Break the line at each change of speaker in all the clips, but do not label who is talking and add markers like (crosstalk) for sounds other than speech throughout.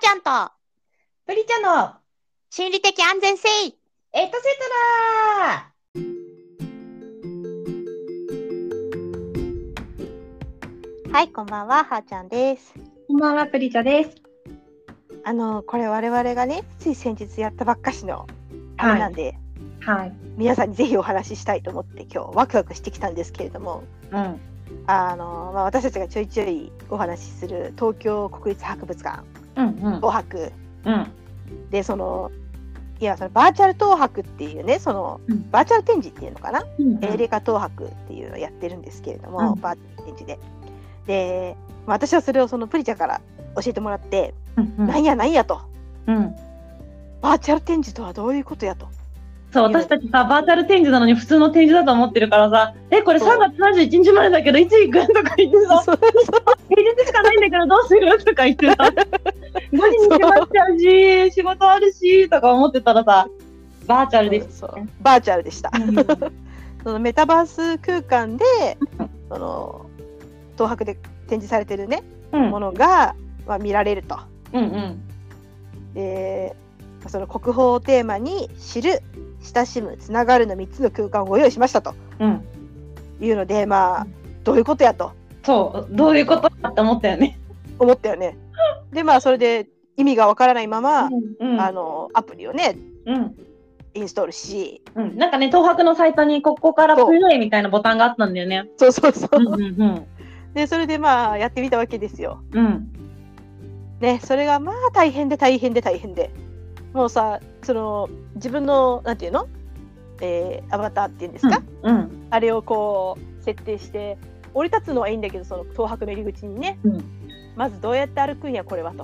ちゃんと
プリチャの
心理的安全性
エトセトラ
はいこんばんははーちゃんです
こんばんは、プリチャです。
あのこれ我々がねつい先日やったばっかしのあれなんで、
はい。
皆さんにぜひお話ししたいと思って今日ワクワクしてきたんですけれども
うん。
あの、まあ、私たちがちょいちょいお話しする東京国立博物館
うん
東博
うん。うん。
でそのいやそのバーチャル東博っていうねその、
うん
バーチャル展示っていうのかな
うん
エーレカ東博っていうのをやってるんですけれども、
うん
バーチャル展示で。で、まあ私はそれをそのプリちゃんから教えてもらって、
うん
なんやなんやと、
うん。
バーチャル展示とはどういうことやと。
そう、私たちさ、バーチャル展示なのに普通の展示だと思ってるからさ、え、これ3
そう
月31日までだけど、いつ行くとか言って (laughs) さ、
そう
平日しかないんだけどどうするとか言って (laughs) さ、5時に決まっちゃうし、仕事あるし、とか思ってたらさ、バーチャルです。
そうバーチャルでした。 (laughs) そのメタバース空間で
うん、
その東博で展示されてるね、
うん
ものが、まあ、見られると。
うんうん。
で、その国宝をテーマに知る、親しむ、つながるの3つの空間をご用意しましたと
うん。
いうので、ま
う
あ、どういうことやと。
そう、どういうことかって思ったよね。
思ったよね。でまあそれで意味がわからないまま、
うんうん
あのアプリをね
うん。
インストールし
うん、なんかね、東博のサイトにここからプレイみたいなボタンがあったんだよね。
そうそうそう、
うんうんうん。
でそれでまあやってみたわけですよ。
うん
ねそれがまあ大変で大変で大変でもうさその自分のなんていうの、えーアバターっていうんですか、
うん
あれをこう設定して降り立つのはいいんだけどその東博の入り口にね、
うん
まずどうやって歩くんやこれはと。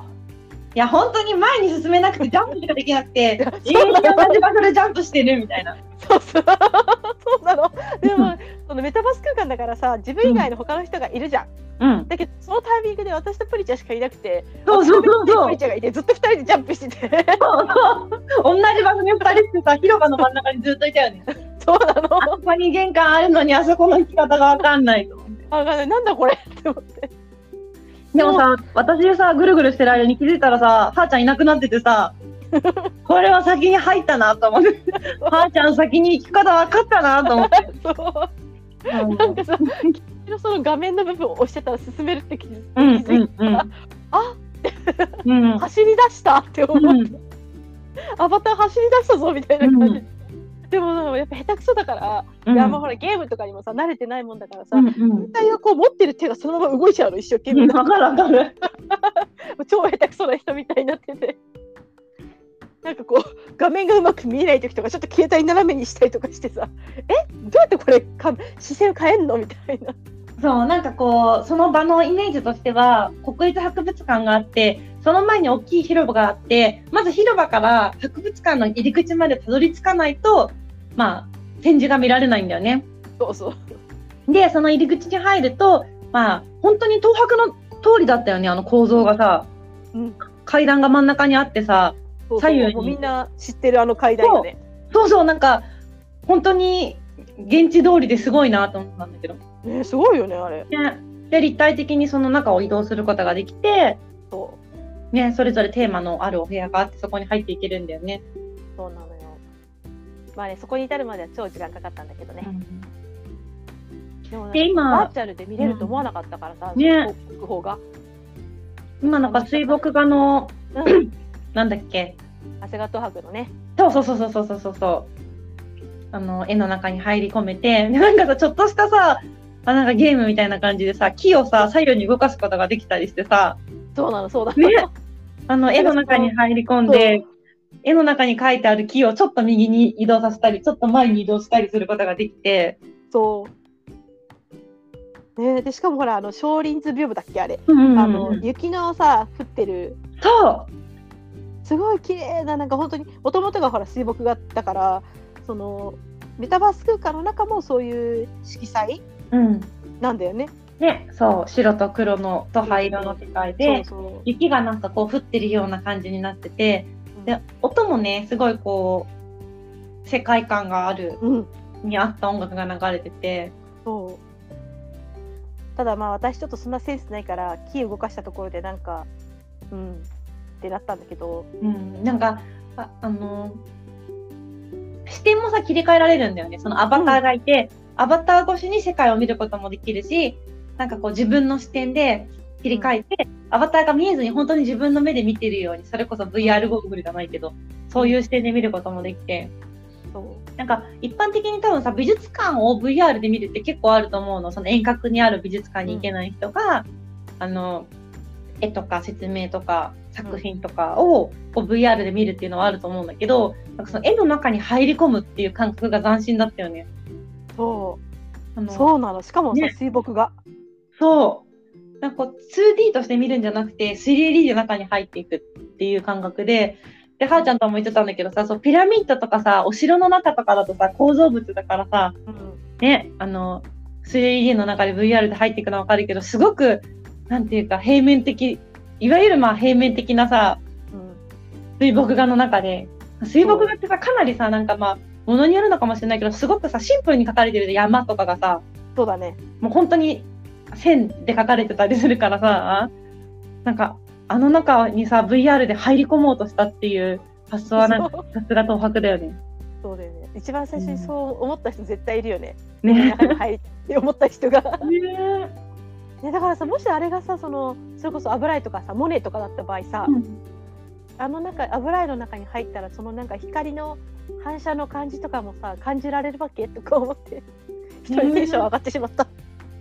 いや本当に前に進めなく (laughs) てジャンプしかできなくて永遠に同じ場所でジャンプしてるみたいな。
そうそうそうな
(laughs)
のでもそのメタバース空間だからさ自分以外の他の人がいるじゃん。
うん、
だけどそのタイミングで私とプリちゃんしかいなくて
そうそうそう
プ
そう
リちゃんがいてずっと2人でジャンプしてて
そうそう同じ場所に二人してさ広場の真ん中にずっといたよね。
そうなの
あそこに玄関あるのにあそこの行き方がわかんないと思って。
あなんだこれって思って
でもさ私さぐるぐるしてる間に気づいたらさはーちゃんいなくなっててさ (laughs) これは先に入ったなと思 (laughs) ってはーちゃん先に行き方わかったなと思って。
そう
な
なんかさ君のその画面の部分を押してたら進めるって気づいて、
うんうんうん。
あ
うん
走り出したって思って、
う
アバター走り出したぞみたいな感じ、でもなんかやっぱ下手くそだから、
ん。
いやもうほらゲームとかにもさ慣れてないもんだからさ、
うんうん
絶対はこう持ってる手がそのまま動いちゃうの一生懸
う
命、
ん。わかるわかる。
超下手くそな人みたいになってて。なんかこう画面がうまく見えない時とかちょっと携帯斜めにしたりとかしてさえどうやってこれか視線変えんのみたいな
そうなんかこうその場のイメージとしては国立博物館があってその前に大きい広場があってまず広場から博物館の入り口までたどり着かないとまあ展示が見られないんだよね。
そうそう
でその入り口に入るとまあ本当に東博の通りだったよねあの構造がさ、
うん
階段が真ん中にあってさ
そう
左右に
もうみんな知ってるあの階段よね
そうそう、なんか、本当に現地通りですごいなと思ったんだけど。
ねすごいよねあれ
ね、で、立体的にその中を移動することができて、
そ
ね、それぞれテーマのあるお部屋があって、そこに入っていけるんだよね。
うそうなのよまあねそこに至るまでは超時間かかったんだけどね、でもなんか
で今
バーチャルで見れると思わなかったからさ、
うんね
国宝 (clears throat) が、
今なんか水墨画の、
うん、
なんだっけ、
長谷川東博のね
そうそうそうそうそうそうそうあの、絵の中に入り込めて、でなんかさ、ちょっとしたさ、あなんかゲームみたいな感じでさ、木をさ、左右に動かすことができたりしてさ、
そうなのそうなの、 (laughs)
ねあの絵の中に入り込んで、絵の中に書いてある木をちょっと右に移動させたり、ちょっと前に移動したりすることができて、
そう。ねえ、でしかもほらあの少林図屏風だっけあれ、あ
あ
の
の
雪のさ降ってる
そ
すごい綺麗ななんか本当にもともとがほら水墨画だからそのメタバース空間の中もそういう色彩
う、うん
なんだよね。
ね、そう白と黒のと灰色の世界で、
そう
雪がなんかこう降ってるような感じになってて
うん
で音もねすごいこう世界観がある
そう。うん。
に合った音楽が流れてて
そう。ただまあ私ちょっとそんなセンスないから木動かしたところでなんかうん。ってなったんだけど、
うん、なんかああの視点もさ切り替えられるんだよねそのアバターがいて、アバター越しに世界を見ることもできるしなんかこう自分の視点で切り替えて、アバターが見えずに本当に自分の目で見てるようにそれこそ VR ゴーグルじゃないけどそういう視点で見ることもできて
そう
なんか一般的に多分さ美術館を VR で見るって結構あると思うのその遠隔にある美術館に行けない人が、あの絵とか説明とか作品とかをこう VR で見るっていうのはあると思うんだけどなんかその絵の中に入り込むっていう感覚が斬新だったよね。
そ
あ
う
の
そうなのしかもさ、
ね
水墨画
そうなんかこう 2D として見るんじゃなくて 3D の中に入っていくっていう感覚で。で、はーちゃんとも言ってたんだけどさ、そう、ピラミッドとかさ、お城の中とかだとさ、構造物だからさ、
うん
ね、あの 3D の中で VR で入っていくのは分かるけどすごくなんていうか平面的いわゆるまあ平面的なさ
うん
水墨画の中で水墨画ってさかなりさなんかまあものによるのかもしれないけどすごくさシンプルに描かれてる山とかがさ
そうだね
もう本当に線で描かれてたりするからさなんかあの中にさ VR で入り込もうとしたっていう発想はなんか
そう
さすが東博だよね。
(laughs) そうだよね一番最初にそう思った人絶対いるよね、
ね
中に入りって思った人が (laughs)
ね
ねだからさもしあれがさそのそれこそ油絵とかさモネとかだった場合さ、あの中油絵の中に入ったらそのなんか光の反射の感じとかもさ感じられるわけとか思って一人テンション上がってしまった、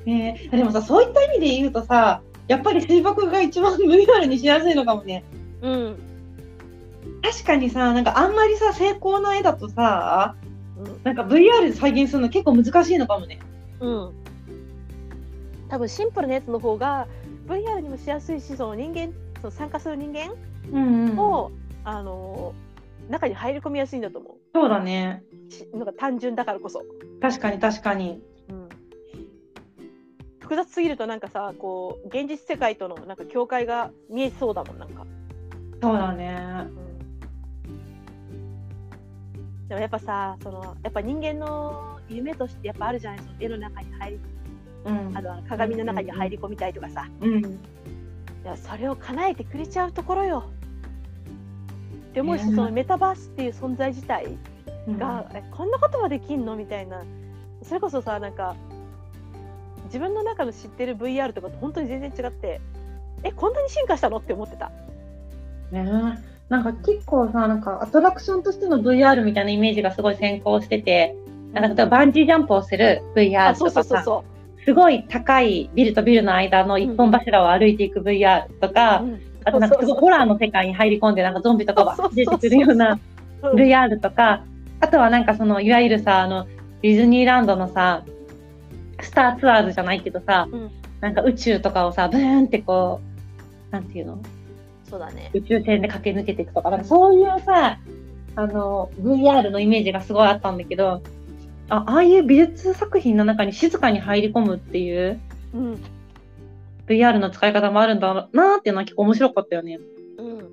ねえ、でもさ、そういった意味で言うとさ、やっぱり水墨画が一番 VR にしやすいのかもね。
うん
確かにさ、なんかあんまりさ、精巧な絵だとさ、
うん
なんか VR で再現するの結構難しいのかもね。
うん多分シンプルなやつの方が VR にもしやすいしその人間その参加する人間
うん、うんそ
も、あの中に入り込みやすいんだと思
うだね。
うしなんか単純だからこそ、
確かに確かに。
うん、複雑すぎるとなんかさこう現実世界とのなんか境界が見えそうだもんなんか
そうだね。
でもやっぱさそのやっぱ人間の夢としてやっぱあるじゃないその絵の中に入り
うん
あとは鏡の中に入り込みたいとかさ、
うん。
いやそれを叶えてくれちゃうところよ。って思うし、
ねえ
そのメタバースっていう存在自体
うん
が、えこんなこともできんのみたいなそれこそさなんか自分の中の知ってる VR とかと本当に全然違ってえこんなに進化したのって思ってた。
ねなんか結構さ、なんかアトラクションとしての VR みたいなイメージがすごい先行してて、なんか例えばバンジージャンプをする VR
あ
と
そう
かさ、
そうそうそ
すごい高いビルとビルの間の一本柱を歩いていく VR とか、
う。うん
あとなんかすごいホラーの世界に入り込んでなんかゾンビとかが出てくるような
うん
VR とか、あとはなんかそのいわゆるさあのディズニーランドのさスターツアーズじゃないけどさ、
うん
なんか宇宙とかをさブーンってこうなんていうの
そうだね。
宇宙船で駆け抜けていくとかなんかそういうさあの VR のイメージがすごいあったんだけどあああいう美術作品の中に静かに入り込むっていう。
うん。
VR の使い方もあるんだろうなーっていうのは結構面白かったよね。
うん。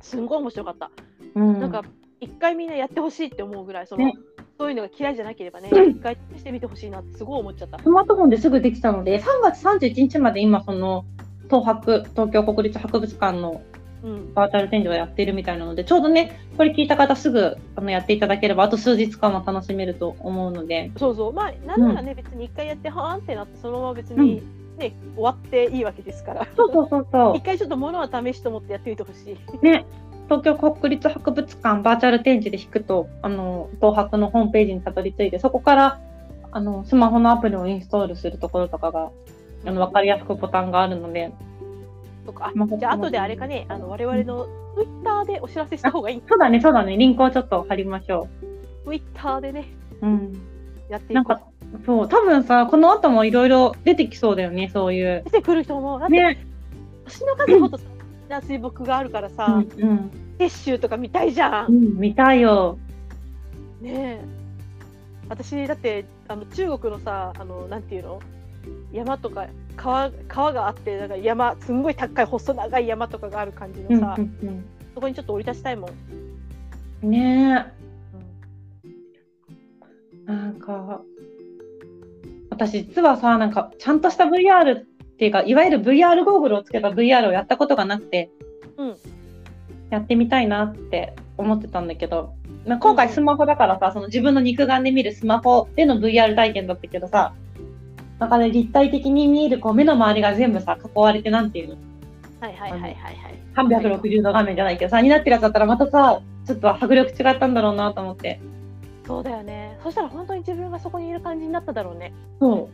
すんごい面白かった。
うん、
なんか、一回みんなやってほしいって思うぐらい、その、
ね
そういうのが嫌いじゃなければね、
うん
一回試してみてほしいなってすごい思っちゃった。
スマートフォンですぐできたので、3月31日まで今、その東博、東京国立博物館の
うん。
バーチャル展示をやっているみたいなので、ちょうどね、これ聞いた方すぐあのやっていただければ、あと数日間は楽しめると思うので、
そうそう。まあ、なんならね、別に一回やって、はーんってなって、そのまま別に、ね、終わっていいわけですから。
そうそうそう
一
そ
回ちょっと物は試しと思ってやってみてほしい。
う、ね、東京国立博物館バーチャル展示で引くと、あの東博のホームページにたどり着いて、そこからあのスマホのアプリをインストールするところとかが、あの分かりやすくボタンがあるので、
とか、
まあ
あじゃあ後であれかね、あの我々の Twitter でお知らせした方がいい。
そうだね、そうだね、リンクをちょっと貼りましょ
Twitter でね、
う。うん
やってい
なん
こう
か。そう多分さこの後もいろいろ出てきそうだよねそういう
出てくると思う。だって
ね
星の数ほどさ、な水墨があるから
う
さ、
ん、うん
雪舟とか見たいじゃ。
うんん、見たいよ
ねえ。私だってあの中国のさ、あのなんていうの、山とか川川があってなんか山すんごい高い細長い山とかがある感じ
う
の
ん
さ、
うん
そこにちょっと降り立ちたいもん。
うんねえなんか私実はさなんかちゃんとした VR っていうかいわゆる VR ゴーグルをつけた VR をやったことがなくて
うん
やってみたいなって思ってたんだけど、まあ、今回スマホだからさ、その自分の肉眼で見るスマホでの VR 体験だったけどさ、なんかね、立体的に見えるこう目の周りが全部さ、囲われてなんていうの
はいはいはいはいはい。
360度画面じゃないけどさ、になってるやつだったらまたさ、ちょっと迫力違ったんだろうなと思って。
そうだよね。そしたら本当に自分がそこにいる感じになっただろうね。
そ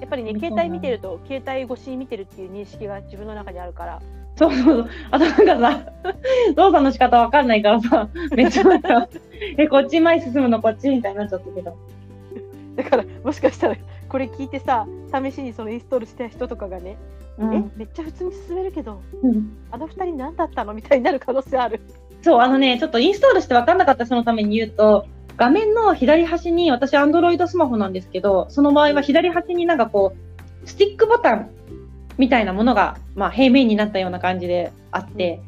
やっぱりね、
そうだね
携帯見てると、携帯越しに見てるっていう認識が自分の中にあるから。
う。そうそうそう。あとなんかさ、動作の仕方わかんないからさ、めっちゃなんか、え、こっち前進むのこっちみたいになっちゃったけど。
だから、もしかしたら、これ聞いてさ、試しにそのインストールした人とかがね、
うん
え、めっちゃ普通に進めるけど、
うん
あの二人何だったのみたいになる可能性ある。
そう、あのね、ちょっとインストールしてわかんなかった人のために言うと、画面の左端に、私、アンドロイドスマホなんですけど、その場合は左端になんかこう、スティックボタンみたいなものが、まあ、平面になったような感じであって、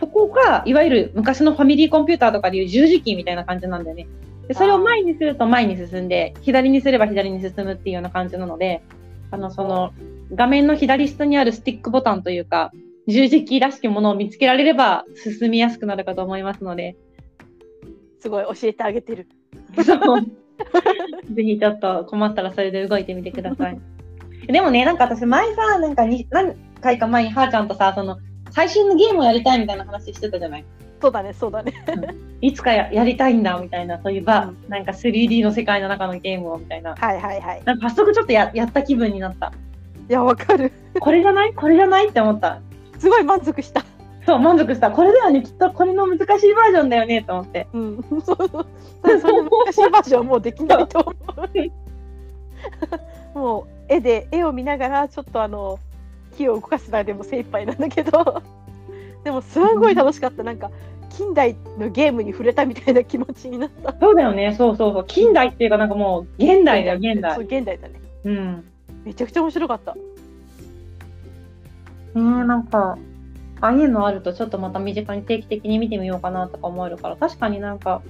そこが、いわゆる昔のファミリーコンピューターとかでいう十字キーみたいな感じなんだよね。でそれを前にすると前に進んで、左にすれば左に進むっていうような感じなので、あの、その、画面の左下にあるスティックボタンというか、十字キーらしきものを見つけられれば進みやすくなるかと思いますので、 (laughs)
すごい教えてあげてる。
そうぜひちょっと困ったらそれで動いてみてください。 (laughs) でもね、なんか私前さ、なんかに何回か前にはーちゃんとさ、その、最新のゲームをやりたいみたいな話してたじゃない
そうだね、そうだね。
いつかややりたいんだみたいな、そういう場、
うん
なんか 3D の世界の中のゲームをみたいな。
はいはいはい。
なんか早速ちょっとややった気分になった。
いや、わかる。
これじゃないこれじゃないって思った。
すごい満足した。
そう、満足した。これだよね、きっとこれの難しいバージョンだよねと思って。
うん、 (laughs) そうそう。そそんな難しいバージョンはもうできないと思う。 (laughs) もう絵で絵を見ながらちょっとあの木を動かすだけでも精一杯なんだけど、でもすごい楽しかった。なんか近代のゲームに触れたみたいな気持ちになった。
そうだよね、そうそうそう。近代っていうかなんかもう現代だよ、現
そう
代。
現代だね。
うん。
めちゃくちゃ面白かった。
ねえなんかああいうのあるとちょっとまた身近に定期的に見てみようかなとか思えるから確かになんか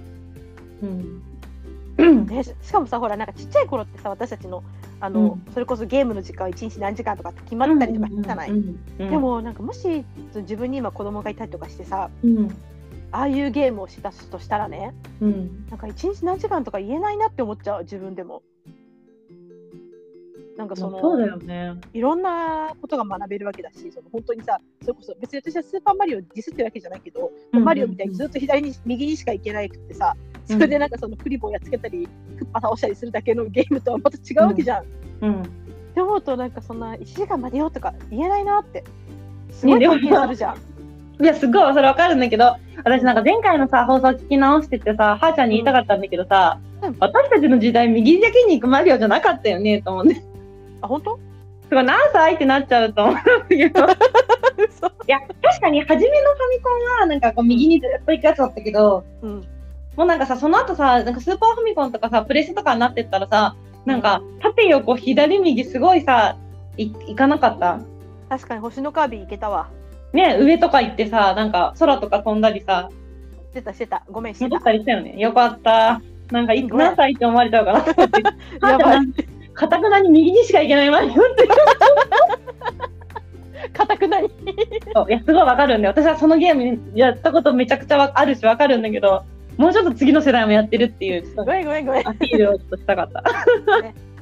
うんうん
ね、ししかもさほらなんかちっちゃい頃ってさ私たちのあの、それこそゲームの時間を1日何時間とかって決まったりとかしてたない。
うんうん
でもなんかもし自分に今子供がいたりとかしてさ
うん
ああいうゲームをしたとしたらね
うん
なんか一日何時間とか言えないなって思っちゃう自分でも。なんかその
そうだよね
いろんなことが学べるわけだしその本当にさそれこそ別に私はスーパーマリオをディスってるわけじゃないけど、
うん
マリオみたいにずっと左に右にしか行けなくてさそれでなんかそのクリボーやっつけたりクッパ倒したりするだけのゲームとはまた違うわけじゃん。
うん
って思うとなんかそんな1時間までよとか言えないなってすごい
ね
経験するじゃん。
いやすごいそれわかるんだけど私なんか前回のさ放送聞き直しててさはーちゃんに言いたかったんだけどさ、
うん
私たちの時代右だけに行くマリオじゃなかったよね (laughs) と思ってす
あ本当
ごい何歳ってなっちゃうと思うんだけど
嘘
いや確かに初めのファミコンはなんかこう右にずっと行くやつだったけど、
うん
もうなんかさその後さなんかスーパーファミコンとかさプレスとかになってったらさなんか縦横左右すごいさいいかなかった
確かに星のカービィ行けたわ。
ね上とか行ってさなんか空とか飛んだりさ
してたしてたご (laughs) めんして
戻
た
っ。たりしたよねよかったなんかい
すごい
何歳って思われたのかなと思って
やばい。
かたくなに右にしか行けないマリオって
かたくなに。
そういやすごいわかるんで私はそのゲームやったことめちゃくちゃわあるしわかるんだけどもうちょっと次の世代もやってるっていう
ごめんごめんごめん。
アピールをちょっとしたかった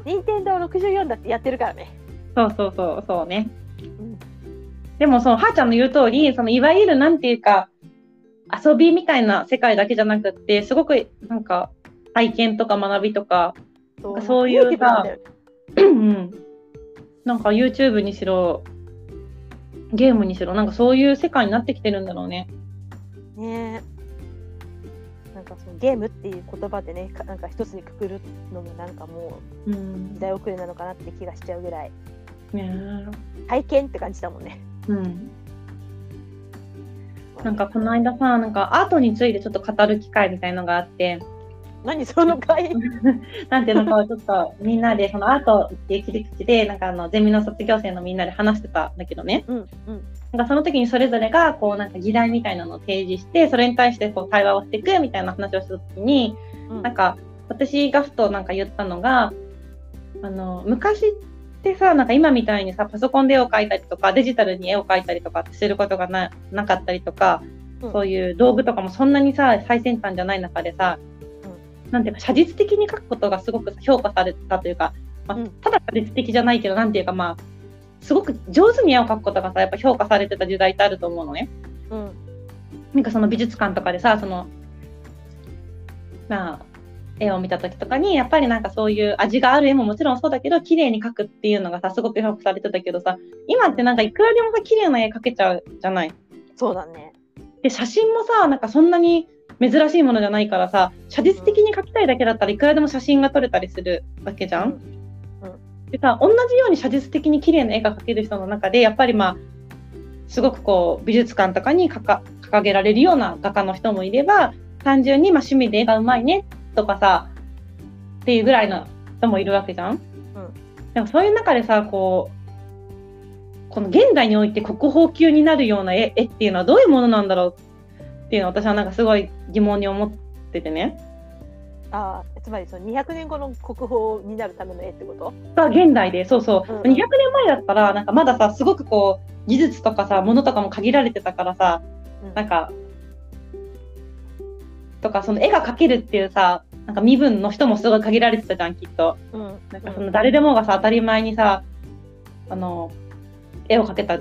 任天堂六十四だってやってるからね。
そうそうそうそうね
うん、
でもそのはーちゃんの言う通りそのいわゆるなんていうか遊びみたいな世界だけじゃなくってすごくなんか体験とか学びとか
そ
なんかそういう
クリエイティブなんだよね
うんなんか YouTube にしろゲームにしろなんかそういう世界になってきてるんだろうね。
ねえ。なんかそのゲームっていう言葉でねかなんか一つにくくるのもなんかも
う
うん時、代遅れなのかなって気がしちゃうぐらい
ね
体験って感じだもんね。
うん、なんかこの間さなんかアートについてちょっと語る機会みたいのがあって
何その会。
なんていうのかちょっとみんなでそのアートっていう切り口でなんかあのゼミの卒業生のみんなで話してたんだけどね。
うんうん。
なんかその時にそれぞれがこうなんか議題みたいなのを提示してそれに対してこう対話をしていくみたいな話をした時に
うん
なんか私がふとなんか言ったのがあの昔でさ、なんか今みたいにさ、パソコンで絵を描いたりとか、デジタルに絵を描いたりとかってすることがななかったりとか、
うん
そういう道具とかもそんなにさ、最先端じゃない中でさ、なんていうか、写実的に描くことがすごくさ評価されたというか、まあ
うん
ただ写実的じゃないけど、なんていうか、まあ、すごく上手に絵を描くことがさ、やっぱ評価されてた時代ってあると思うのね。
うん
なんかその美術館とかでさそのまあ絵を見た時とかにやっぱりなんかそういう味がある絵ももちろんそうだけど綺麗に描くっていうのがさすごく評価されてたけどさ今ってなんかいくらでもさ綺麗な絵描けちゃうじゃない。
そうだね
で写真もさなんかそんなに珍しいものじゃないからさ写実的に描きたいだけだったらいくらでも写真が撮れたりするわけじゃん。でさ同じように写実的に綺麗な絵が描ける人の中でやっぱりまあすごくこう美術館とかにかか掲げられるような画家の人もいれば単純にまあ趣味で絵がうまいねとかさっていうぐらいの人もいるわけじゃん。でもそういう中でさこうこの現代において国宝級になるような絵絵っていうのはどういうものなんだろうっていうのを私はなんかすごい疑問に思っててね。
ああつまりその200年後の国宝になるための絵ってこと
が現代でそうそう、
うんうん
200年前だったらなんかまださすごくこう技術とかさ物とかも限られてたからさ
うん
なんかとかその絵が描けるっていうさなんか身分の人もすごい限られてたじゃんきっと
うん
なんかその誰でもがさ当たり前にさあの絵を描けた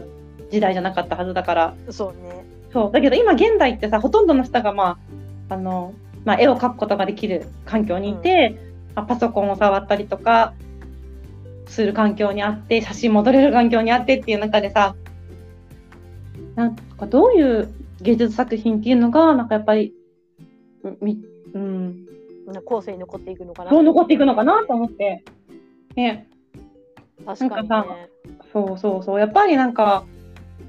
時代じゃなかったはずだから
そうね
そうだけど今現代ってさほとんどの人が、まああのまあ、絵を描くことができる環境にいて、まあパソコンを触ったりとかする環境にあって写真も撮れる環境にあってっていう中でさなんかどういう芸術作品っていうのがなんかやっぱりみ、うん、
後世に残っていくのかな
どう残っていくのかなと思って。ね
確かに
なん
ね
そうそうそうやっぱりなんか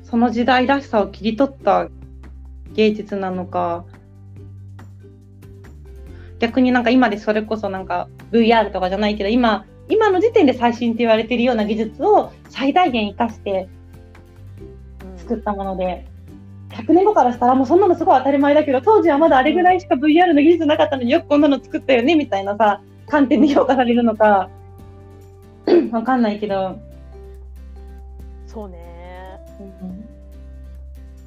その時代らしさを切り取った芸術なのか逆になんか今でそれこそなんか VR とかじゃないけど今今の時点で最新って言われてるような技術を最大限生かして
うん
作ったもので100年後からしたらもうそんなのすごい当たり前だけど当時はまだあれぐらいしか VR の技術なかったのによくこんなの作ったよねみたいなさ観点で評価されるのか (clears throat) わかんないけど。
そうね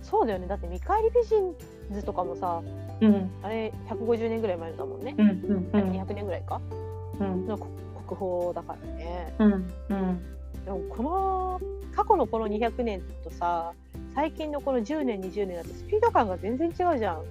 そうだよねだって見返り美人図とかもさ
うん
あれ150年ぐらい前だもんね、
うんうんうん
200年ぐらいか
うん
の国国宝だからね
うんうん
でもこの過去のこの200年とさ最近のこの10年20年だとスピード感が全然違うじゃん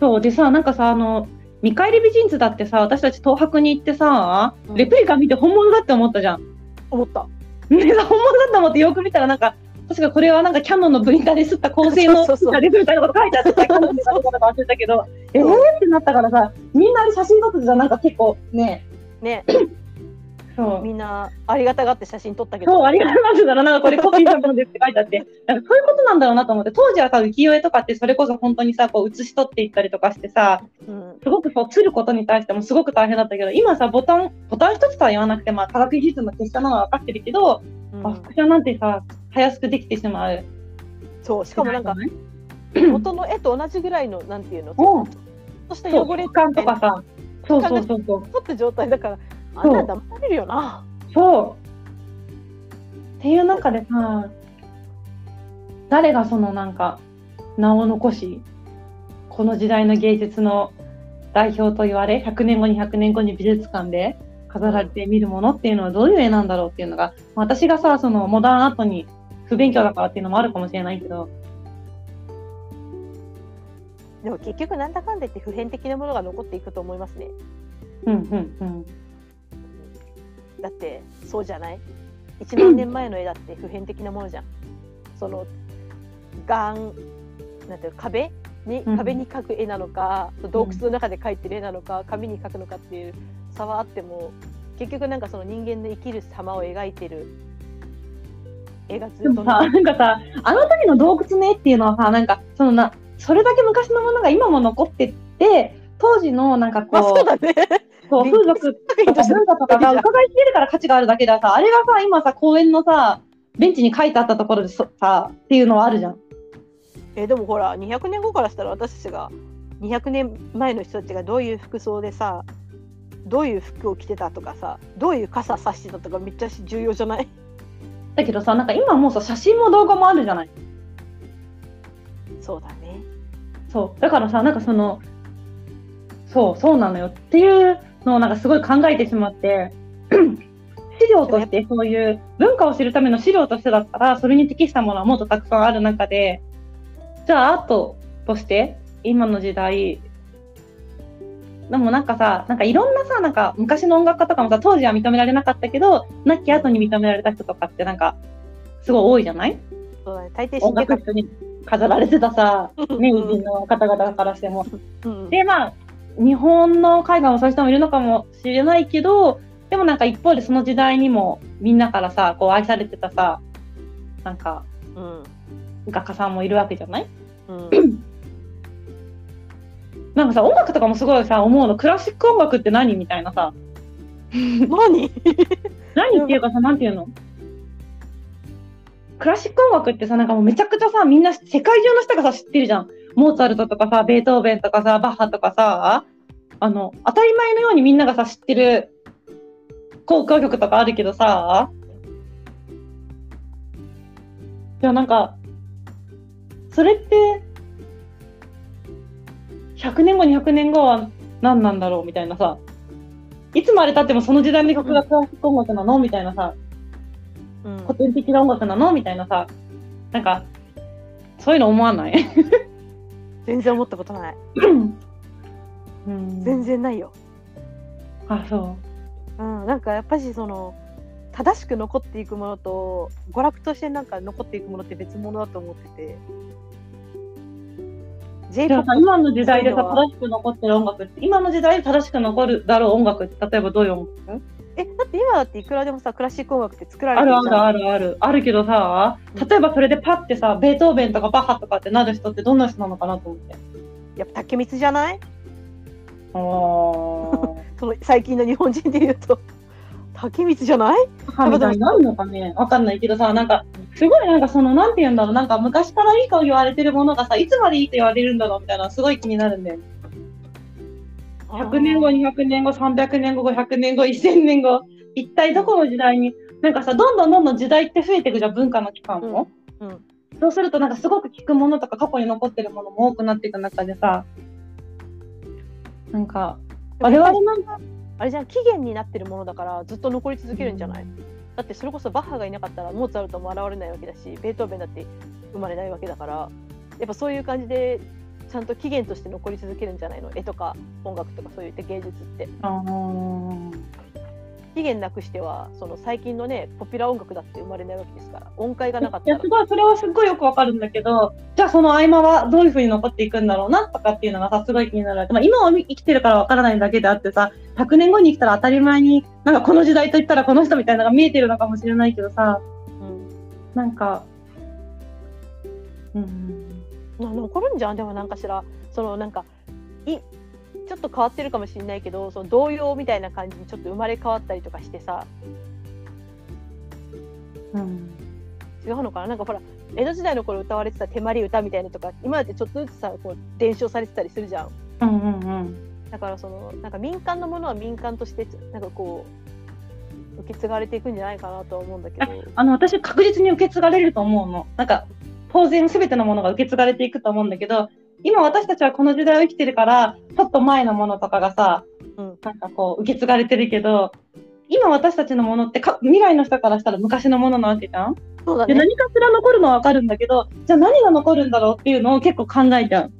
そうでさなんかさあの見返り美人図だってさ私たち東博に行ってさ、
うん
レプリカ見て本物だって思ったじゃん。
思った
ねさ本物だと思ってよく見たらなんか確かこれはなんかキャノンのプリンターで刷った構成の
そうそうそう
レプリカのこと書いてあってキャノンで刷ったこと忘れたけどえーってなったからさみんなあれ写真撮ってたじゃんなんか結構ね
ね
そう
みんなありがたがって写真撮ったけど
そう、ありがとうございます。なんかこれコピーしたものですって書いてあって、なんかそういうことなんだろうなと思って、当時はさ、浮世絵とかってそれこそ本当にさ、こう写し取っていったりとかしてさ、
うん
すごくこう、釣ることに対してもすごく大変だったけど、今さ、ボタン、ボタン一つとは言わなくて、まあ、科学技術の結果なのは分かってるけど、
う
まあ
ん
複写なんてさ、早すくできてしまう。
そうしかもなんか
ね、
元の絵と同じぐらいのなんていうのち
う
ょ
ん
っとした
そう、
汚れ
感とかさ、そうそうそうそう。
取った状態だからあんなん騙されるよな
そう。っていう中でさ、誰がそのなんか名を残し、この時代の芸術の代表と言われ、100年後に100年後に美術館で飾られて見るものっていうのはどういう絵なんだろうっていうのが、まあ私がさ、そのモダンアートに不勉強だからっていうのもあるかもしれないけど、
でも結局なんだかんだ言って普遍的なものが残っていくと思いますね
うんうんうん。
だってそうじゃない1万年前の絵だって普遍的なものじゃんそのガンなんていうの壁に
うん
壁に描く絵なのか、洞窟の中で描いてる絵なのか紙に描くのかっていう差はあっても結局なんかその人間の生きる様を描いてる絵がずっ
で
と
もさ、
残っ
なんかさ、あの時の洞窟の絵っていうのはさ、なんか、そのな、それだけ昔のものが今も残ってって、当時のなんかこ
(laughs) まあそうだ
(laughs)
ね。
こう風俗
(laughs)
とか文化とかが伺い知れるから価値があるだけではさ、あれがさ、今さ、公園のさ、ベンチに書いてあったところでそさ、っていうのはあるじゃん。
えでもほら200年後からしたら私たちが200年前の人たちがどういう服装でさどういう服を着てたとかさどういう傘さしてたとかめっちゃ重要じゃない
だけどさ、なんか今もうさ、写真も動画もあるじゃない。
(laughs) そうだね。
そう。だからさ、なんかその、そう、そうなのよっていうのをなんかすごい考えてしまって、 (clears throat) 資料としてそういう文化を知るための資料としてだったら、それに適したものはもっとたくさんある中で、じゃあアートとして、今の時代、でもなんかさ、なんかいろんなさ、なんか昔の音楽家とかもさ、当時は認められなかったけど、亡き後に認められた人とかってなんか、すごい多いじゃない
そうだね。大抵死
音
んで
楽
た。
室に飾られてたさ、ね、偉
うん
人の方々からしても。
うん。
でまあ日本の海外もそういう人もいるのかもしれないけどでもなんか一方でその時代にもみんなからさこう愛されてたさなんか
うん。
画家さんもいるわけじゃない
うん。
なんかさ音楽とかもすごいさ思うのクラシック音楽って何みたいなさ
(laughs) 何
何っていうかさなんていうのクラシック音楽ってさなんかもうめちゃくちゃさみんな世界中の人がさ知ってるじゃんモーツァルトとかさベートーベンとかさバッハとかさあの当たり前のようにみんながさ知ってる交響曲とかあるけどさじゃあなんかそれって100年後200年後は何なんだろうみたいなさいつまでたってもその時代の曲がクラシック音楽なのみたいなさ
うん
古典的な音楽なのみたいなさなんかそういうの思わない
(laughs) 全然思ったことない。
うん
全然ないよ。
あそ
うん、なんかやっぱしその正しく残っていくものと娯楽としてなんか残っていくものって別物だと思ってて
う
j
で
p
も
o
さ
p
今の時代でさ正しく残ってる音楽って今の時代で正しく残るだろう音楽って例えばどういう音楽
えだって今だっていくらでもさクラシック音楽って作られ
あ
て
る
る
あ
じ
る
ゃん
あるあるあるけどさ
うん
例えばそれでパッてさベートーベンとかバッハとかってなる人ってどんな人なのかなと思って
やっぱ竹光じゃない
ああ
その最近の日本人で言うと (laughs) 竹光じゃない
バッハみたいになるのかねわかんないけどさなんかすごいなんかそのなんて言うんだろうなんか昔からいいと言われてるものがさいつまでいいと言われるんだろうみたいなのすごい気になるんだよね100年後、200年後、300年後、500年後、1000年後、一体どこの時代に、なんかさ、どんどんどんどん時代って増えていくじゃん、文化の期間も。
うんうん
そうすると、なんかすごく聞くものとか、過去に残ってるものも多くなっていく中でさ、なんか、
あ
我
れ
々
は
なんか、
あれじゃん期限になってるものだからずっと残り続けるんじゃない、だってそれこそバッハがいなかったらモーツァルトも現れないわけだしベートーベンだって生まれないわけだからやっぱそういう感じでちゃんと起源として残り続けるんじゃないの絵とか音楽とかそういった芸術って
あのー
起源なくしてはその最近のねポピュラー音楽だって生まれないわけですから音階がなかっ
い
た
や
ら
すごいそれはすっごいよくわかるんだけどじゃあその合間はどういうふうに残っていくんだろうなとかっていうのがさすごい気になるわけ、まあ、今は生きてるからわからないだけであってさ100年後に生きたら当たり前になんかこの時代といったらこの人みたいなのが見えてるのかもしれないけどさ
うん
なんかうん
な残るんじゃんでもなんかしらそのなんかいちょっと変わってるかもしれないけどその童謡みたいな感じにちょっと生まれ変わったりとかしてさ
うん
違うのかななんかほら江戸時代の頃歌われてた手まり歌みたいなのとか今だってちょっとずつさこう伝承されてたりするじゃん
うんうん
だからそのなんか民間のものは民間としてなんかこう受け継がれていくんじゃないかなとは思うんだけど
あの私確実に受け継がれると思うのなんか当然全てのものが受け継がれていくと思うんだけど今私たちはこの時代を生きてるからちょっと前のものとかがさ
うん
なんかこう受け継がれてるけど今私たちのものってか未来の人からしたら昔のものなわけじゃん、
そうだ
で
ね
何かしら残るのはわかるんだけどじゃあ何が残るんだろうっていうのを結構考えちゃう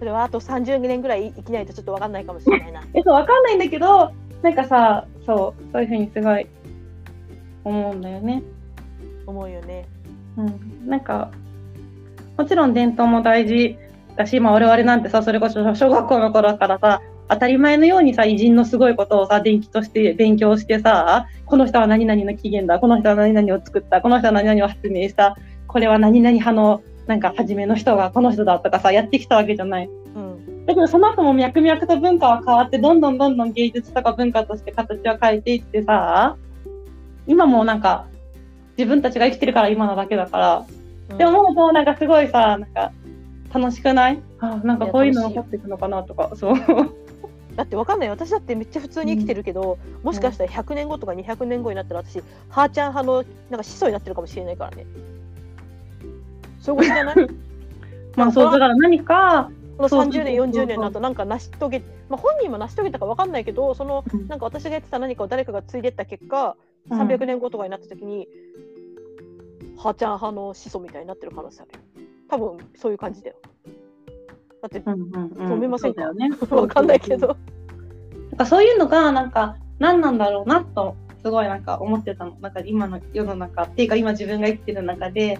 それはあと30年ぐらい生きないとちょっと分かんないかもしれないな
えそうわかんないんだけどなんかさそうそういうふうにすごい思うんだよね、
思うよね
うん、なんかもちろん伝統も大事だし、まあ、我々なんてさそれこそ小学校の頃からさ当たり前のようにさ偉人のすごいことをさ伝記として勉強してさこの人は何々の起源だこの人は何々を作ったこの人は何々を発明したこれは何々派のなんか初めの人がこの人だとかさやってきたわけじゃない。
うん
だけどその後も脈々と文化は変わってどんどんどんどん芸術とか文化として形を変えていってさ今もなんか自分たちが生きてるから今なだけだから、
うん
でももうもうなんかすごいさなんか楽しくないあなんかこういうの残っていくのかなとかそう
だってわかんない私だってめっちゃ普通に生きてるけど、もしかしたら100年後とか200年後になったら私はーちゃん派のなんか始祖になってるかもしれないからねそういうこと
(laughs)
じゃない
まあそうだから何か、
この
そうそう
30年
そうそう
40年だとなんか成し遂げ、まあ、本人も成し遂げたかわかんないけどその
うん
なんか私がやってた何かを誰かが継いでった結果、
うん
300年後とかになった時にはーちゃん派の始祖みたいになってる可能性あるよ多分そういう感じだよだって
うんうんうん、
止めませんか
そうだよね
(laughs) わかんないけど
なんかそういうのがなんか何なんだろうなとすごいなんか思ってたのなんか今の世の中っていうか今自分が生きてる中で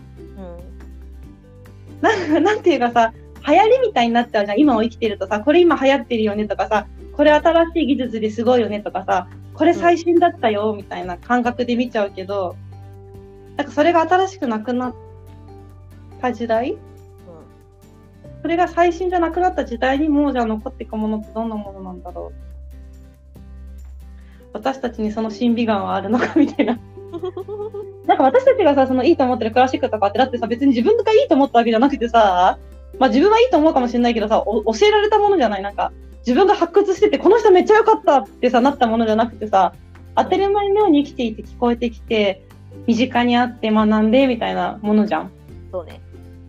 うん
(laughs) なんなんていうかさ流行りみたいになっちゃうじゃん今を生きてるとさこれ今流行ってるよねとかさこれ新しい技術ですごいよねとかさこれ最新だったよみたいな感覚で見ちゃうけどなんかそれが新しくなくなった時代それが最新じゃなくなった時代にもじゃあ残っていくものってどんなものなんだろう私たちにその審美眼はあるのかみたいななんか私たちがさそのいいと思ってるクラシックとかってだってさ別に自分がいいと思ったわけじゃなくてさまあ自分はいいと思うかもしれないけどさお教えられたものじゃないなんか自分が発掘しててこの人めっちゃ良かったってさなったものじゃなくてさ当たり前のように生きていて聞こえてきて身近にあって学んでみたいなものじゃん。
そうね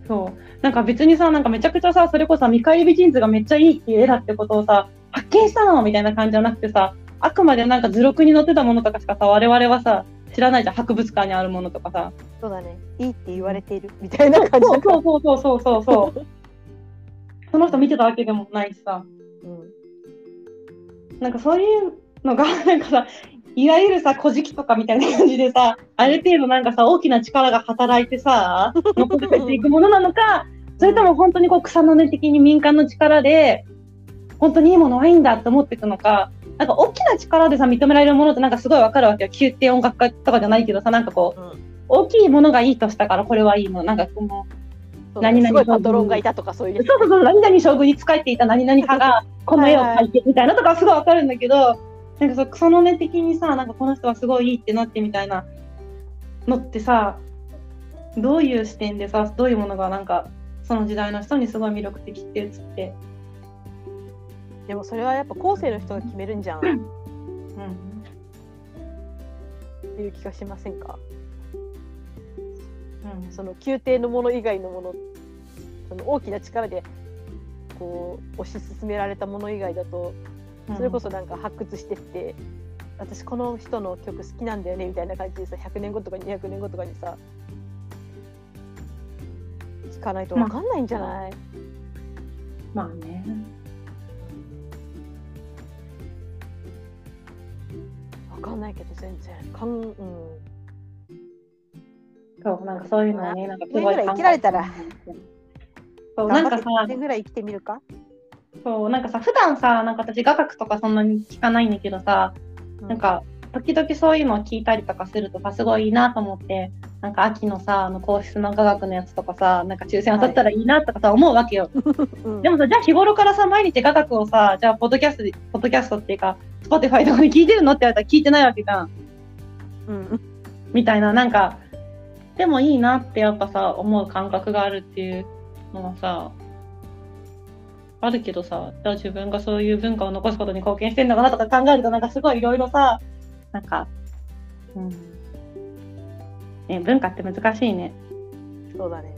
そう。なんか別にさ、なんかめちゃくちゃさ、それこそさ見返り美人図がめっちゃいいっていう絵だってことをさ、発見したのみたいな感じじゃなくてさ、あくまでなんか図録に載ってたものとかしかさ、我々はさ、知らないじゃん。博物館にあるものとかさ。
そうだねいいって言われているみたいな感じ
そう
だから
そうそうそうそうそうそう。その人見てたわけでもないしさ、
うん
なんかそういうのが、なんかさ、いわゆるさ、古事記とかみたいな感じでさ、ある程度なんかさ、大きな力が働いてさ、残っていくものなのか、それとも本当にこう草の根的に民間の力で、本当にいいものはいいんだって思っていくのか、なんか大きな力でさ、認められるものってなんかすごいわかるわけよ。宮廷音楽家とかじゃないけどさ、なんかこう、
うん
大きいものがいいとしたからこれはいいの。なんかこの、
そうだ
何
ね
々
すごいパトロンがいたとかそういうね
そうそうそう、何々将軍に仕えていた何々派が、この絵を描いてみたいなとかすごいわかるんだけど、なんかそう草の根的にさ、なんかこの人はすごいいいってなってみたいなのってさ、どういう視点でさ、どういうものがなんか、その時代の人にすごい魅力的って映って。
でもそれはやっぱ後世の人が決めるんじゃんっ
うん。
ていう気がしませんか
うん、
その宮廷のもの以外のものその大きな力でこう推し進められたもの以外だとそれこ
そ、
そなんか発掘してって、私この人の曲好きなんだよねみたいな感じでさ100年後とか200年後とかにさ聞かないと分かんないんじゃない、
まあね。
分かんないけど全然かん、うん、
そう、なんかそういうのはね、なんかすご
上
い
ぐらい生きられたら。
そう、なんかさ、
頑張ってぐらい生きてみるか、
そう、なんかさ、普段さ、なんか私画角とかそんなに聞かないんだけどさ、
う
なんか時々そういうのを聞いたりとかするとさすごいいいなと思ってなんか秋のさあの皇室の科学のやつとかさなんか抽選当たったらいいなとかさ思うわけよ、
うん
でもさじゃあ日頃からさ毎日科学をさじゃあポッドキャストでポッドキャストっていうか Spotify とかで聞いてるのって言われたら聞いてないわけじゃん
うん
みたいななんかでもいいなってやっぱさ思う感覚があるっていうのはさあるけどさじゃあ自分がそういう文化を残すことに貢献してんのかなとか考えるとなんかすごいいろいろさなんか、うんね、文化って難しいね。
そうだね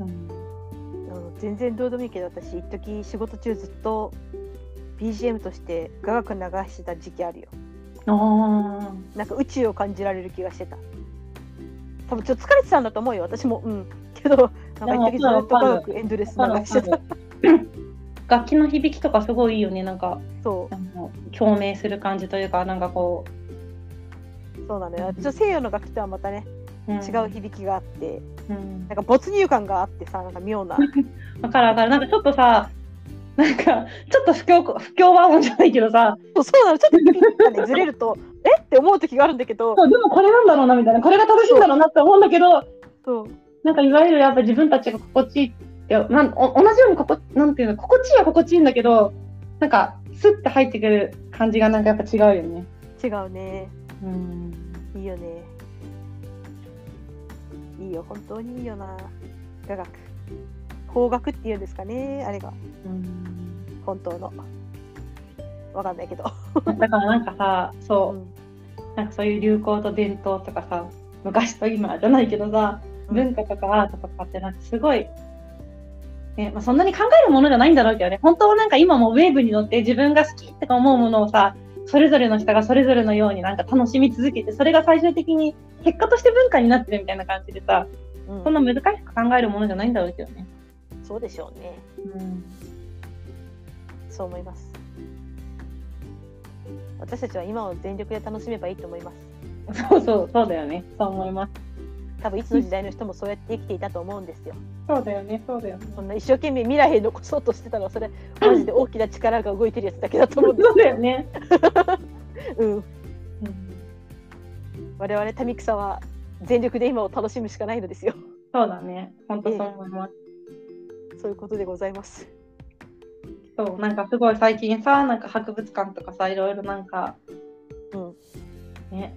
うん、
あの全然どうでもいいけど私一時仕事中ずっと BGM として雅楽流してた時期あるよ
あ
なんか宇宙を感じられる気がしてた多分ちょっと疲れてたんだと思うよ私もうんけどなんか一時ず
でも
っと
わかる
雅楽エンドレス流してた
楽器の響きとかすごいいいよねなんか
そ
あの共鳴する感じというかなんかこ
うそうなのよちょっと西洋の楽器とはまたね
う、うん
違う、響きがあって
うん
なんか没入感があってさなんか妙な
わかるわかる。なんかちょっとさ、なんか、ちょっと不協、不協和音じゃないけどさ、
そうそうなのちょっと響きがねずれるとえって思う時があるんだけど
そうでもこれなんだろうなみたいな、これが正しいんだろうなって思うんだけど、
そう
なんかいわゆるやっぱ自分たちが心地いいって、なんお同じようにここ、なんていうの、心地いいは心地いいんだけど、なんか、スッて入ってくる感じがなんかやっぱ違うよね。
違うね
うん。
いいよねいいよ本当にいいよな雅楽邦楽っていうんですかねあれが
うん
本当のわかんないけど。
だからなんかさ、そうう、
ん
なんかそういう流行と伝統とかさ、昔と今じゃないけどさ、文化とかアートとかってなんかすごい、ねまあ、そんなに考えるものじゃないんだろうけどね、本当はなんか今もウェーブに乗って自分が好きとか思うものをさ、それぞれの人がそれぞれのようになんか楽しみ続けて、それが最終的に結果として文化になってるみたいな感じでさ、
うん
そんな難しく考えるものじゃないんだろうけどね。
そうでしょうね。
うん、
そう思います。私たちは今を全力で楽しめばいいと思います。
そうそう、そうだよね。そう思います。
多分いつの時代の人もそうやって生きていたと思うんですよ。
そうだよね、そうだよね。
そんな一生懸命未来へ残そうとしてたのはそれマジで大きな力が動いてるやつだけだと
(laughs)
思うんで
そうだよね。
す。うん。我々民草は全力で今を楽しむしかないのですよ。 (laughs)
そうだね。本当そう思います。
そういうことでございます。
そう、なんかすごい最近さ、なんか博物館とかさ、いろいろなんか、
うん。
ね、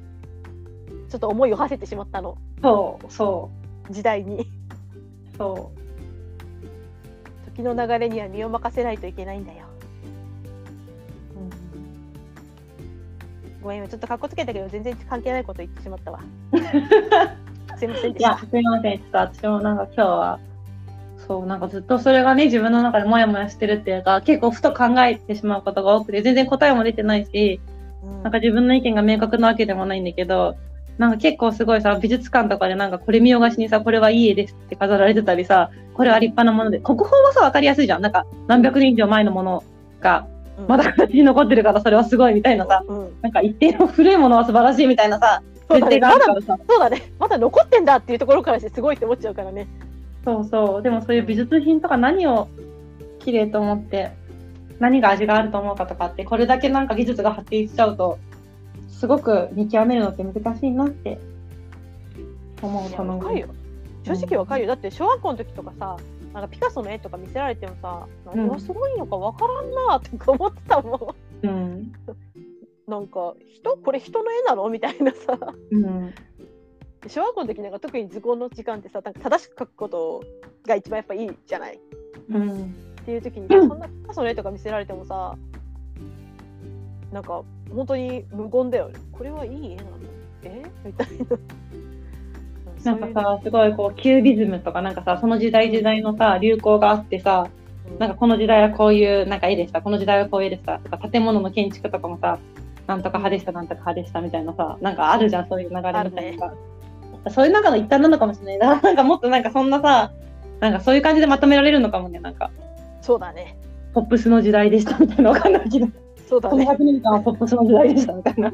ちょっと思いを馳せてしまったの
そう、そ
時代に (laughs)
う、そ
時の流れには身を任せないといけないんだよ。
う。うん、
ごめん今ちょっと格好つけたけど全然関係ないこと言ってしま
(laughs)
ったわ。すいませんでし
いや、
た。
すみません、ちょっと私もなんか今日は、そう、なんかずっとそれがね、自分の中でモヤモヤしてるっていうか、結構ふと考えてしまうことが多くて、全然答えも出てないし、
うん
なんか自分の意見が明確なわけでもないんだけど、なんか結構すごいさ、美術館とかでなんかこれ見よがしにさ、これはいい絵ですって飾られてたりさ、これは立派なもので、国宝はさ、わかりやすいじゃん。なんか何百年以上前のものが、
うん
まだ形に残ってるからそれはすごいみたいなさ、
うん、
なんか一定の古いものは素晴らしいみたいなさ、
そうだね
絶対があるからさ。
そうだねまだ残ってんだっていうところからしてすごいって思っちゃうからね
そうそう。でもそういう美術品とか何を綺麗と思って、何が味があると思うかとかって、これだけなんか技術が発展しちゃうと、すごく見極めるのって難しいなって思う
いや
この
わかるよ正直わかるよだって小学校の時とかさなんかピカソの絵とか見せられてもさ何がすごいのかわからんなとか思ってたも
うん。
ん (laughs) なんか人これ人の絵なのみたいなさ
うん。
小学校の時なんか特に図工の時間ってさなんか正しく描くことが一番やっぱいいじゃないっ
うん。
ていう時にさそんなピカソの絵とか見せられてもさなんか本当に無言だよねこれはいい絵なのえみたいな
なんかさ、すごいこう、キュービズムとかなんかさ、その時代時代のさ、流行があってさ、
そういう
なんかこの時代はこういうなんか絵でした、この時代はこういう絵でしたとか、建物の建築とかもさ、なんとか派でした、なんとか派でしたみたいなさ、なんかあるじゃん、そういう流れみた
ある
い
ね
なさ。そういう中の一端なのかもしれないな。 (laughs) なんかもっとなんかそんなさ、なんかそういう感じでまとめられるのかもね、なんか、
そうだね
ポップスの時代でしたみたいなわかんないけど、
そうだ
この
ね
100年間はポップスの時代でしたみたい
(laughs)
な。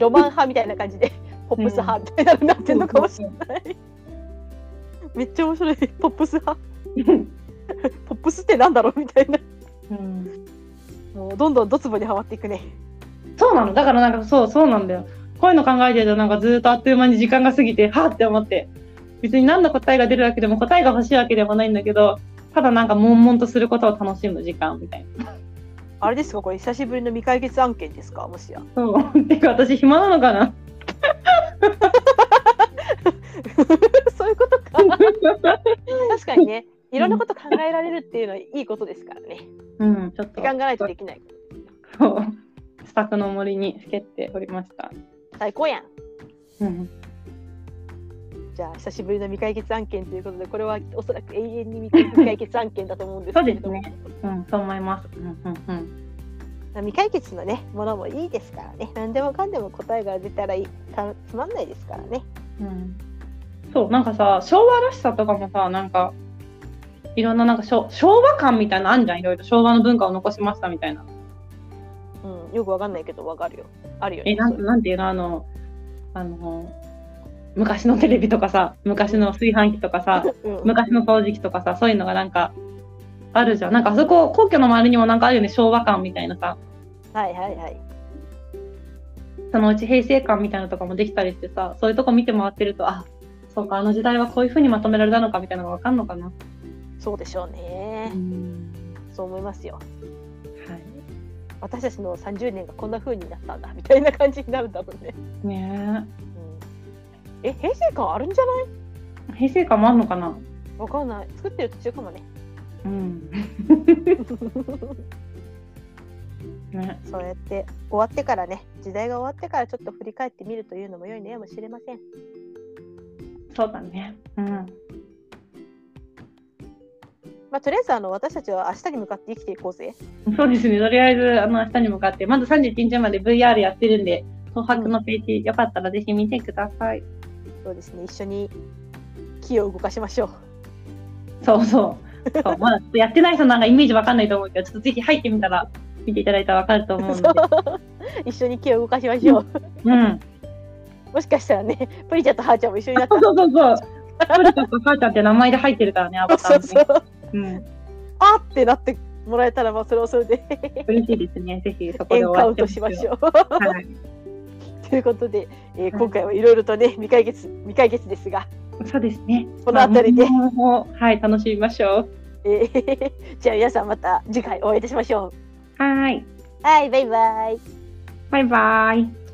ロマン派みたいな感じで、ポップス派みたいなのになってるのかもしれない。めっちゃ面白い。ポップス (laughs) 派。ポップスってなんだろうみたいな。
うん、
もうどんどんドツボにはまっていくね。
そうなの、だからなんかそう、そうなんだよ。こういうの考えてるとなんかずーっとあっという間に時間が過ぎて、はぁって思って。別に何の答えが出るわけでも答えが欲しいわけでもないんだけど、ただなんか悶々とすることを楽しむ時間みたいな。
あれですかこれ久しぶりの未解決案件ですかもしや。
そう。てか私暇なのかな
(laughs) そういうことか。 (laughs) 確かにね。いろんなこと考えられるっていうのはいいことですからね。
うん、ちょっと
時。間がないとできない。
そう。スタの森にふけっておりました。
最高やん。
うん。
じゃあ久しぶりの未解決案件ということで、これはおそらく永遠に未未解決案件だと思うんですけれども。
そううん、そう思います。うん、うん、
未解決のねものもいいですからね何でもかんでも答えが出たらいいたつまんないですからね
うん。うん。そう、なんかさ、昭和らしさとかもさ、なんか、いろんななんか昭昭和感みたいなのあんじゃん。いろいろ昭和の文化を残しましたみたいな。
うんよくわかんないけどわかるよあるよね
えなんなんていうのあのあの昔のテレビとかさ昔の炊飯器とか (laughs) さ
(laughs) うん
昔の掃除機とかさそういうのがなんかあるじゃんなんかあそこ皇居の周りにもなんかあるよね昭和感みたいなさ
はいはいはい
そのうち平成感みたいなのとかもできたりしてさそういうとこ見て回ってるとあそうかあの時代はこういうふうにまとめられたのかみたいなのが分かんのかな。
そうでしょうね
ん
そう思いますよ
はい
私たちの30年がこんな風になったんだみたいな感じになるんだろうね、
ね
うん、え平成感あるんじゃない
え平成感もあるのかな
わかんない作ってる途中かもね
うんね、
(laughs) そうやって終わってからね時代が終わってからちょっと振り返ってみるというのも良いのやもしれません
そうだね。うん。
まあとりあえずあの私たちは明日に向かって生きていこうぜ
そうですね。とりあえず、あの、明日に向かって、まだ31日まで VR やってるんで、東博のページ、よかったらぜひ見てください。
そうですね一緒に木を動かしましょう
そうそう。そうまだやってない人なんかイメージわかんないと思うけど、ちょっとぜひ入ってみたら、見ていただいたらわかると思うんで。
一緒に木を動かしましょう
うん。
もしかしたらねプリちゃんとハーちゃんも一緒になった
そうそうそうそう。プルとか母ちゃんって名前で入ってるからね、アバタ
そ
ー
う
に
そ
ね。
う
うん。
あってなってもらえたらまあそれはそれで
(laughs) 嬉しいですね。ぜひそこ
エ
で
ン
終
カ
わ
ウ
っ
ン
て
ト
ほ
しまし
う。
ょう。
はい。
ということで、えー
うん
今回はいろいろとね未解決未解決ですが、
そうですね。
この辺りで
まあもうはい、楽しみましょう。
えー (laughs) じゃあ皆さんまた次回お会いいたしましょ
はい。
う。はいバイバイ。
バイバイ。